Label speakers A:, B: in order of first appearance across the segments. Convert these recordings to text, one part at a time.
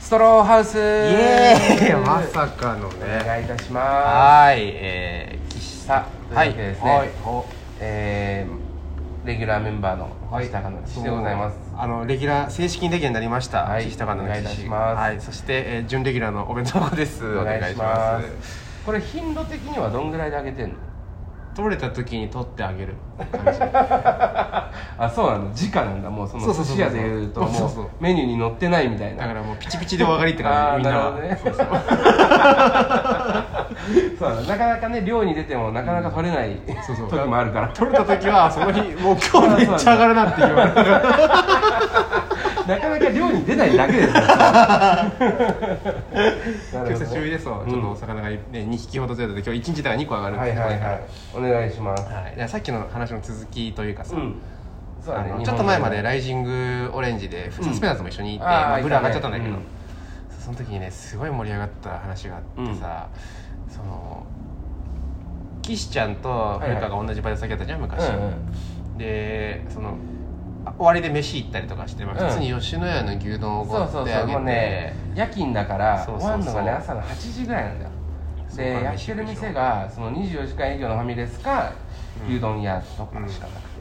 A: ストローハウスイ
B: イエー イまさかの
A: お
B: ね
A: 願いいたしま
B: はーいえー、
A: す
B: 岸
A: さあというわけでですね、
B: はいお
A: えーレギュラーメンバーの
B: はい
A: 橋高の岸でございます
B: あのレギュラー正式にレギュラーになりました、
A: はい
B: 岸高の
A: お願いいたし
B: 岸
A: ます
B: はいそして、えー、準レギュラーのお弁当ですお
A: お願
B: 願
A: い
B: い
A: し
B: し
A: ま
B: ます
A: これ頻度的にはどんぐらいで上げてんの
B: す取れた時に取ってあげる
A: あそうなの時間なんだもうそ
B: そ
A: の
B: うそ
A: 寿
B: うそう
A: 司屋でいうと
B: そ
A: も
B: うそうそう
A: うメニューに載ってないみたい
B: だ
A: な
B: からもうピチピチでお上がりって感じみんなは
A: あーる ほどねそうだなかなかね漁に出てもなかなか取れない
B: そうそう
A: 時もあるから
B: 取れた時はその日 もう今日めっちゃ上がるなって言われる
A: なかなか漁に出ないだけ ですよ
B: 今
A: な
B: 日
A: るほど
B: 久しぶりですわ、ちょっとお魚が、ね、2匹ほど出たで今日1日だから2個上がる
A: はいはいはいお願いします
B: はい、でさっきの話の続きというかさ、
A: うんそう
B: あ
A: だね
B: の
A: 日本
B: ちょっと前までライジングオレンジでサスペナーズも一緒にいて、
A: うん
B: ま
A: あ
B: あ
A: ー
B: ブルー上がっちゃったんだけど、
A: うん
B: その時にねすごい盛り上がった話があってさ、その岸ちゃんと古川が同じバイト先だったじゃん昔、
A: うん
B: でそのあ終わりで飯行ったりとかして、まあ、普通に吉野家の牛丼をお
A: そ
B: ご
A: うそ
B: っ
A: う
B: てあ
A: そう
B: げて、
A: もうね夜勤だから
B: そうそう
A: 終
B: そう
A: わんのがね朝の8時ぐらいなんだよ
B: そう
A: で
B: 晩
A: やっ
B: 飯
A: てる店がその24時間営業のファミレスか
B: うん
A: 牛丼屋とかしかなくて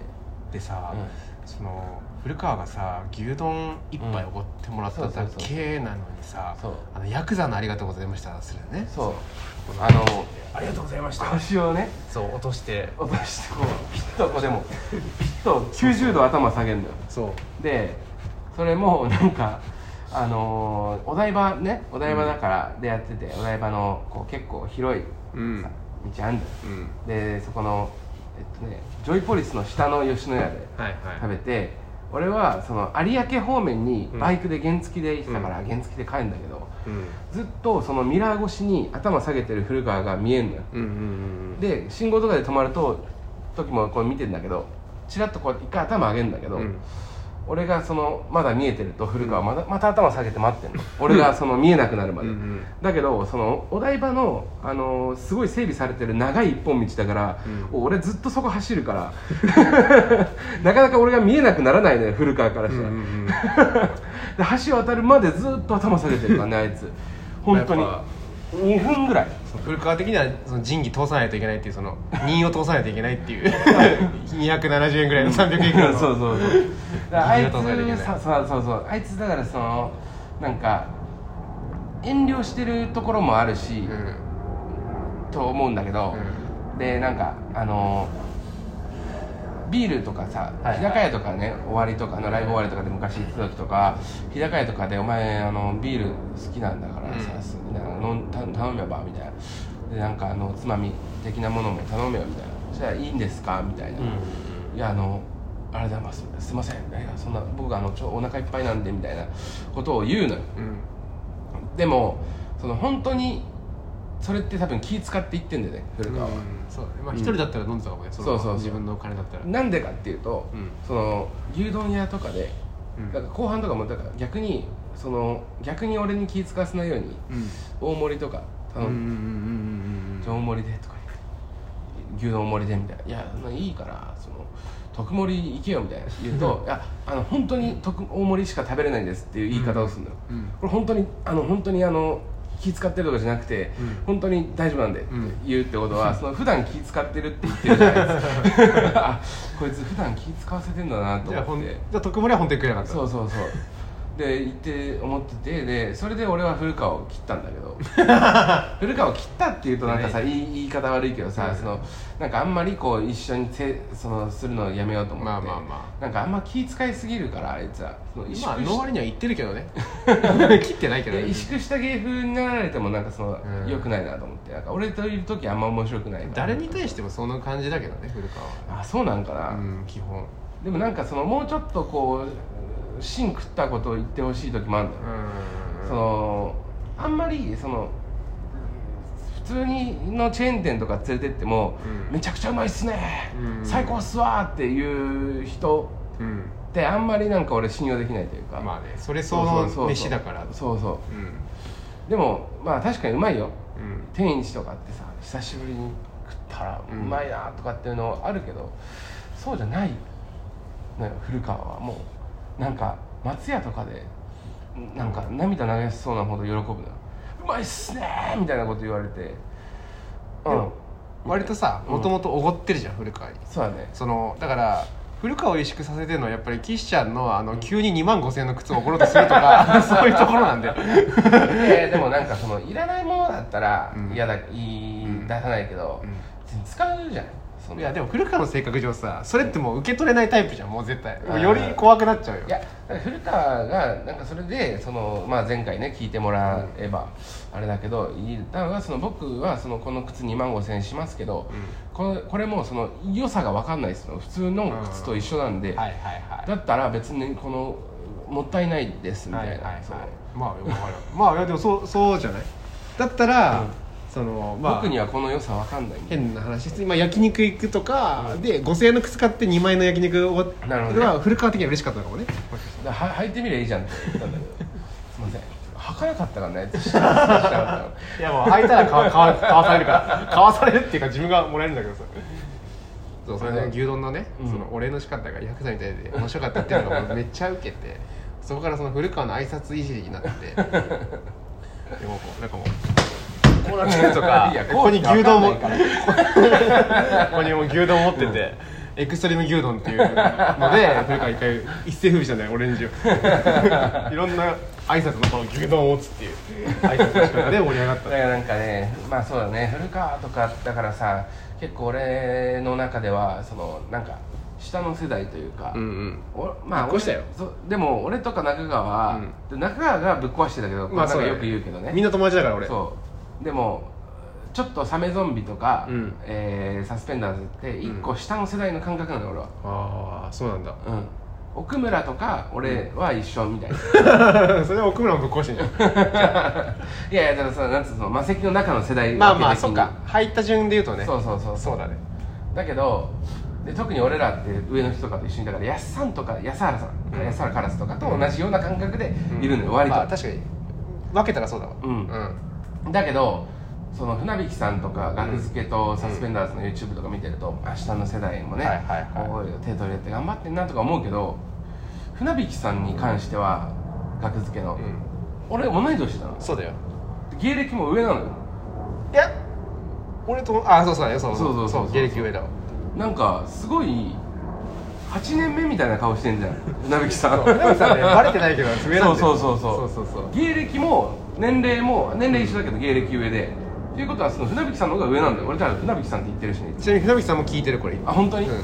B: でさ、
A: うん
B: その古川がさ牛丼一杯おごってもらっただけなのにさ、
A: そうそうそう
B: あのヤクザの「ありがとうございました」するよね
A: そうあの
B: ありがとうございまし
A: 腰をね
B: そう落として
A: 落としてこうピッとこうでもピッと90度頭下げるのよ
B: そう
A: でそれも なんかあのーお台場ねお台場だからでやってて、お台場のこう結構広いさ
B: うん
A: 道あんだよ
B: うん
A: でそこのえっとねジョイポリスの下の吉野家で
B: はい
A: 食
B: は
A: べて俺はその有明方面にバイクで原付で行ってたから、原付で帰るんだけど
B: いうん
A: ずっとそのミラー越しに頭下げてる古川が見えんのよ
B: うんうん
A: で信号とかで止まると時もこう見てんだけどチラッとこう一回頭上げるんだけど、
B: うん
A: 俺がそのまだ見えてると古川まだまた頭下げて待ってんの俺がその見えなくなるまで、
B: うんうん
A: だけどそのお台場の、あのーすごい整備されてる長い一本道だから、俺ずっとそこ走るから なかなか俺が見えなくならないのよ古川からしたら、
B: うん
A: で橋渡るまでずっと頭下げてるからねあいつ本当に
B: やっぱ
A: 2分ぐらい
B: そう古川的にはその仁義通さないといけないっていうその任を通さないといけないっていう270円ぐらいの300円ぐらい の
A: そうそう そうだからあい
B: ギリギリを通さないといけない
A: つさそうそうそうあいつだからそのなんか遠慮してるところもあるし、
B: うん
A: と思うんだけど、でなんかあのビールとかさ、
B: はい
A: 日高屋とかね終わりとかのライブ終わりとかで昔行ってた時とか日高屋とかで「お前あのビール好きなんだからさ、
B: うん
A: すみたいな飲ん頼頼めば」みたいなでなんかあのおつまみ的なものも頼めよみたいな「そしたらいいんですか?」みたいな、いやあのあれだまあすすいませんいやそんな僕あのちょお腹いっぱいなんでみたいなことを言うのよ
B: うん
A: でもその本当にそれって多分気使って言ってんだよね古川は、
B: そうだねまあ一人だったら飲んでたかもねの
A: そうそうそう
B: 自分のお金だったら
A: なんでかっていうと、
B: うん
A: その牛丼屋とかで、
B: うん
A: なんか後半とかもだから逆にその逆に俺に気使わせないように
B: うん
A: 大盛りとか
B: うん
A: 頼
B: うんうん
A: んで、
B: うん
A: じゃあ大盛りでとか言って牛丼大盛りでみたいないやそんないいからその特盛り行けよみたいな言うと「いやあの本当に特大盛りしか食べれないんです」っていう言い方をするのよ、
B: うんうん
A: これ本当にあの本当にあの気使ってるとかじゃなくて、
B: うん
A: 本当に大丈夫なんでって
B: うん
A: 言うってことは、その普段気使ってるって言ってるじゃないですか あこいつ普段気使わせてんだなと
B: じゃあ
A: 思
B: ほ
A: っ
B: ん
A: て
B: じゃあ特盛りは本当に食えなかった
A: そうそうそうで行って思っててでそれで俺は古川を切ったんだけ ど古川を切ったっていうとなんかさ言い言い方悪いけどさ、
B: うん
A: そのなんかあんまりこう一緒にせそのするのをやめようと思って、
B: まあまあま
A: なんかあんま気遣いすぎるからあいつはその萎
B: まあ
A: 縮し
B: の割には言ってるけ どね切ってないけど
A: で
B: ね
A: 萎縮した芸風になられてもなんかその、
B: うん
A: 良くないなと思ってなんか俺といる時あんま面白くないな
B: 誰に対してもその感じだけどね古川は
A: あそうなんかな、
B: うん基本
A: でもなんかそのもうちょっとこう芯食ったことを言ってほしい時もあるんだよ、そのあんまりその普通にのチェーン店とか連れてっても、
B: うん
A: めちゃくちゃうまいっすね、
B: うん
A: 最高っすわーっていう人
B: うん
A: ってあんまりなんか俺信用できないというか
B: まあねそれ
A: そ
B: 相
A: うそ
B: 応
A: うそう
B: の飯だから
A: そうそう
B: うん
A: でもまあ確かにうまいよ
B: うん
A: 天一とかってさ久しぶりに食ったらう
B: うん
A: まいなとかっていうのあるけど、そうじゃないのよ古川はもうなんか松屋とかでなんか涙流しそうなほど喜ぶのようまいっすねーみたいなこと言われてうん
B: 割とさ
A: うん
B: もともとおごってるじゃん古川に
A: そうだね
B: そのだから古川を萎縮させてるのはやっぱり岸ちゃんのあの急に2万5000円の靴をおごろうとすると かそういうところなんで
A: えーでもなんかそのいらないものだったら
B: うん
A: 嫌だ、言い出さないけど、別に使うじゃんその
B: いやでも古川の性格上さそれってもう受け取れないタイプじゃんもう絶対
A: うん
B: より怖くなっちゃうよ
A: いやだから古川がなんかそれでその、まあ、前回ね聞いてもらえばあれだけど言ったのがその僕はそのこの靴2万5000円しますけど、これこれもその良さが分かんないですよ普通の靴と一緒なんで、
B: はいはいはい
A: だったら別にこのもったいないですみ
B: は
A: た
B: い
A: い
B: は
A: な、
B: いはい
A: その
B: まあわかるまあいやでもそうそうじゃないだったら、
A: うん
B: そのまあ
A: 僕にはこの良さ分かんないんで
B: 変な話今焼肉行くとか、で5000円の靴買って2万円の焼肉を
A: なるほどね
B: まあ古川的には嬉しかったのかもね
A: だからは履いてみりゃいいじゃんって言ったんだ けどすいません履かなかったからねって知らなかったから
B: いやもう履いたら買わ買わ買わされるから買わされるっていうか自分がもらえるんだけどさそうそれで牛丼のね、
A: うん
B: そのお礼の仕方がヤクザみたいで面白かったっていうのがもうめっちゃウケてそこからその古川の挨拶いじりになってでもうこうなんかもうこうなってると か
A: いや
B: ここに
A: こう
B: 牛丼も
A: わ
B: こ
A: かんな
B: こにもう牛丼持ってて、エクストリーム牛丼っていうので古川一回一世風靡したんだよオレン ジをいろんな挨拶のこの牛丼を打つっていう挨拶の仕方で盛り上がっ
A: だ
B: た
A: からなんかねまあそうだね古川とかだからさ結構俺の中ではそのなんか下の世代というか、
B: ん
A: おまあ
B: ぶっ壊したよ
A: 俺そうでも俺とか中川は、で中川がぶっ壊してたけど、
B: まあ
A: 中
B: そ
A: 川
B: うだね
A: よく言うけどね
B: みんな友達だから俺
A: そうでもちょっとサメゾンビとか、
B: うん
A: えーサスペンダーズって一個下の世代の感覚なの俺は、
B: ああそうなんだ
A: うん、奥村とか俺は一緒みたい な、
B: それは奥村もぶっ壊して んじゃん
A: いやいやだからさなんつうの魔石の中の世代
B: まあ
A: 分
B: まあ
A: け的
B: そっ
A: に
B: か入った順で言うとね
A: そうそうそう
B: そうだね
A: だけどで特に俺らって上の人とかと一緒にだからやっさんとか安原さん、
B: うん
A: 安原カラスとかと同じような感覚でいるのよ、割と、
B: まあ確かに分けたらそうだわ
A: うん
B: うん
A: だけどその船引さんとか学付けとサスペンダーズの YouTube とか見てると、明日の世代もね、
B: はいはいはい
A: こういう手取りやって頑張ってんなとか思うけど船引さんに関しては学付けの、俺同い年なの
B: そうだよ
A: 芸歴も上なのよ
B: いや俺とあそうそうだよそう
A: そうそうそうそう
B: 芸歴上だわ
A: なんかすごい8年目みたいな顔してんじゃん船引さん
B: でもさ ねバレてないけど上なんだ
A: そ
B: よ
A: うそうそう
B: そうそうそう
A: 芸歴も年齢も年齢一緒だけど芸歴上でということはその船引さんの方が上なんだよ俺だから船引さんって言ってるしね
B: ちなみに船引さんも聞いてるこれ
A: あ本当に、
B: うん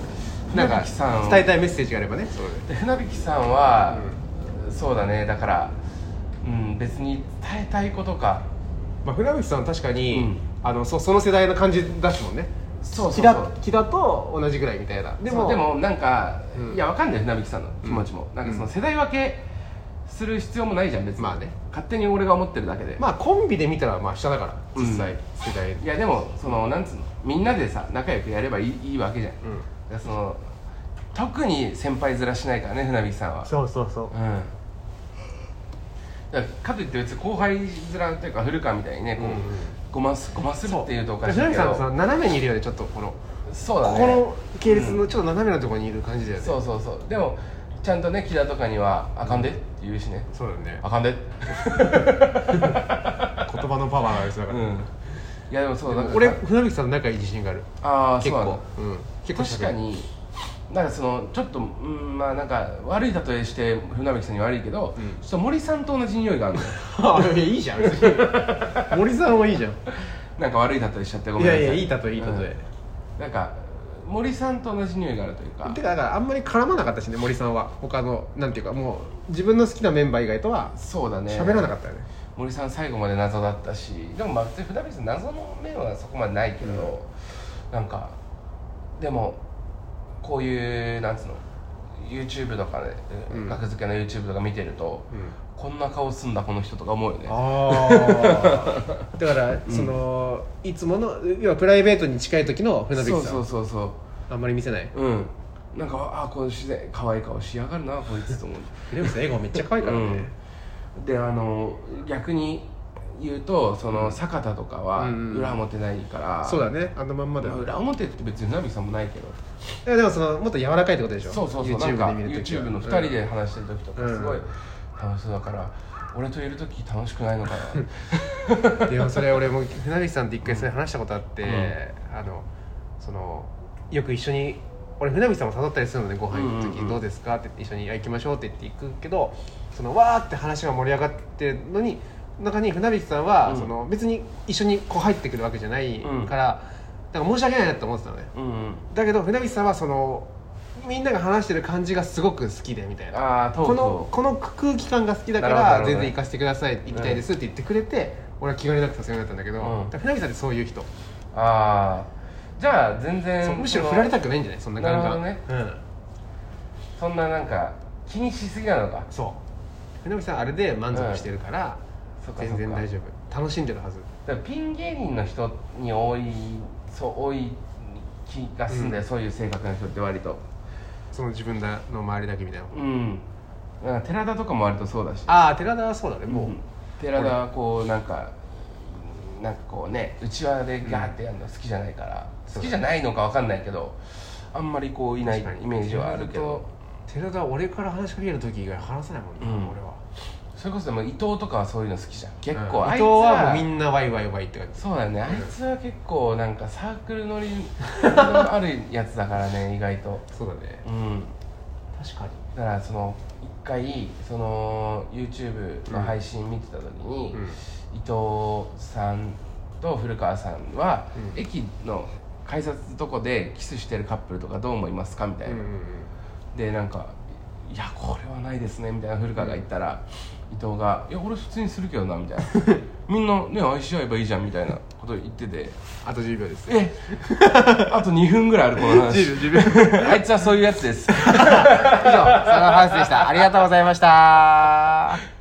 A: 船
B: なん
A: 引
B: か
A: さん
B: 伝えたいメッセージがあればねそうだね
A: で船引さんは、そうだねだから、うん、別に伝えたいことか
B: まあ、船口さんは確かに、
A: うん
B: あのそその世代の感じ出すもんね
A: そうそうそう
B: キラキラと同じぐらいみたいなで
A: で
B: も
A: もでもなんか、
B: うん
A: いやわかんない船引さんの気持ちも、なんかその世代分けする必要もないじゃん別に、
B: まあね
A: 勝手に俺が思ってるだけで、
B: まあコンビで見たらまあ下だから
A: うん
B: 実際、世代
A: いやでもそのなんつうのみんなでさ仲良くやればいいいいわけじゃん、だからその特に先輩ずらしないからね船引さんは
B: そうそうそう
A: うんだからかといって別に後輩面というか古川みたいにねこう、
B: うんうん
A: ごますごまするっていうとおかしいけど
B: 船口さんはさ斜めにいるよねちょっとこの、
A: そうだ
B: こ
A: ね
B: この系列のちょっと斜めのところにいる感じだよね、
A: そうそうそうでもちゃんとね木田とかには「あかんで」って言うしね
B: そうだよね
A: 「あかんで」
B: 言葉のパワーがある人だ
A: う
B: から、
A: んいやでもそうだから
B: 俺船口さんの仲いい自信がある
A: ああそ
B: 結
A: うなんだ
B: 構う、ん、結構
A: 確かになんかそのちょっとうんまあなんか悪い例えして船引さんに悪いけど、
B: うん
A: ちょっと森さんと同じ匂いがあるのよ
B: あいやい いじゃん別に森さんはいいじゃん
A: なんか悪い例えしちゃってごめ
B: い
A: んな
B: や
A: さい
B: いやいい例えいい例え、
A: うんなんか森さんと同じ匂いがあるというか
B: てかだからあんまり絡まなかったしね森さんは他のなんていうかもう自分の好きなメンバー以外とは
A: そうだね
B: 喋らなかったよね
A: 森さん最後まで謎だったしでもまあ別に船引さん謎の面はそこまでないけど、なんかでもこういうなんつうの YouTube とかで、
B: うん
A: 学付けの YouTube とか見てると、こんな顔すんだこの人とか思うよね
B: ああ だからその、いつもの要はプライベートに近い時の船引さ
A: そ
B: ん
A: うそうそうそ
B: あんまり見せないう
A: うんなんかああこの自然可愛い顔しやがるなこいつと思う
B: 船引さん笑顔めっちゃ可愛いからね、
A: うんであの逆に言うとその坂田とかは
B: うんうん
A: 裏表ないから、
B: そうだねあのまんまだ
A: まあ
B: よ、
A: 裏表って別にナビさんもないけど
B: えでもそのもっと柔らかいってことでしょ
A: そうそうそう
B: YouTube
A: なんか
B: で見る時は
A: YouTube の2人で話してる時とかすごい楽しそうだから、俺といる時楽しくないの かな
B: でもそれ俺も船口さんと一回それ話したことあって、
A: う
B: あのそのよく一緒に俺船口さんも誘ったりするのでご飯行く
A: うんうんう
B: 時
A: ん
B: どうですかって言って一緒にあ行きましょうって言って行くけどそのわーって話が盛り上がってるのに中に船口さんは、
A: うん
B: その別に一緒にこう入ってくるわけじゃないから、
A: うん
B: なんか申し訳ないなって思ってたのね
A: うんうん
B: だけど船口さんはそのみんなが話してる感じがすごく好きでみたいな
A: ああとう
B: この
A: と
B: この空気感が好きだか
A: なる
B: ら
A: ほどなるほど
B: 全然行かせてください行きたいですって言ってくれて俺は気兼ねなく誘うようになったんだけど、
A: うん
B: だから船木さんってそういう人、
A: うああじゃあ全
B: そう
A: 然
B: むしろ
A: その
B: 振られたくないんじゃないそんな感じが
A: なるほそんななんか気にしすぎなのか
B: うん、そう船木さんあれで満足してるから、
A: そっかそっか
B: 全然大丈夫楽しんでるはず
A: だからピン芸人の人に多いそう多い気がすんだよ、
B: う
A: そういう性格の人って割と
B: その自分らの周りだけみたいな、
A: うんなんか寺田とかも割とそうだし
B: ああ寺田はそうだねもう、
A: もう寺田はこうなんかなんかこうねうちわでガーってやるの好きじゃないから、好きじゃないのかわかんないけどあんまりこういないイ
B: 確かに
A: メージはあるけど
B: 寺田は俺から話しかける時以外話さないもん
A: う
B: ね、
A: ん
B: 俺は
A: それこそでも伊藤とかはそういうの好きじゃん結構、
B: うん
A: あ
B: 伊
A: いつ
B: 藤はもうみんなワイワイワイって感じ
A: そうだよねあいつは結構なんかサークル 乗りのあるやつだからね意外と
B: そうだね
A: うん
B: 確かに
A: だからその一回その YouTube の配信見てた時に、
B: うん
A: 伊藤さんと古川さんは、
B: うん
A: 駅の改札のとこでキスしてるカップルとかどう思いますかみたいな、
B: うんうんうん
A: でなんか「いやこれはないですね」みたいな古川が言ったら、伊藤が「いや俺普通にするけどな」み たいな「みんなね愛し合えばいいじゃん」みたいなこと言ってて
B: あと10秒です
A: え あと2分ぐらいあるこの話あ いつはそういうやつです
B: 以上、佐野ハウスでした。ありがとうございました。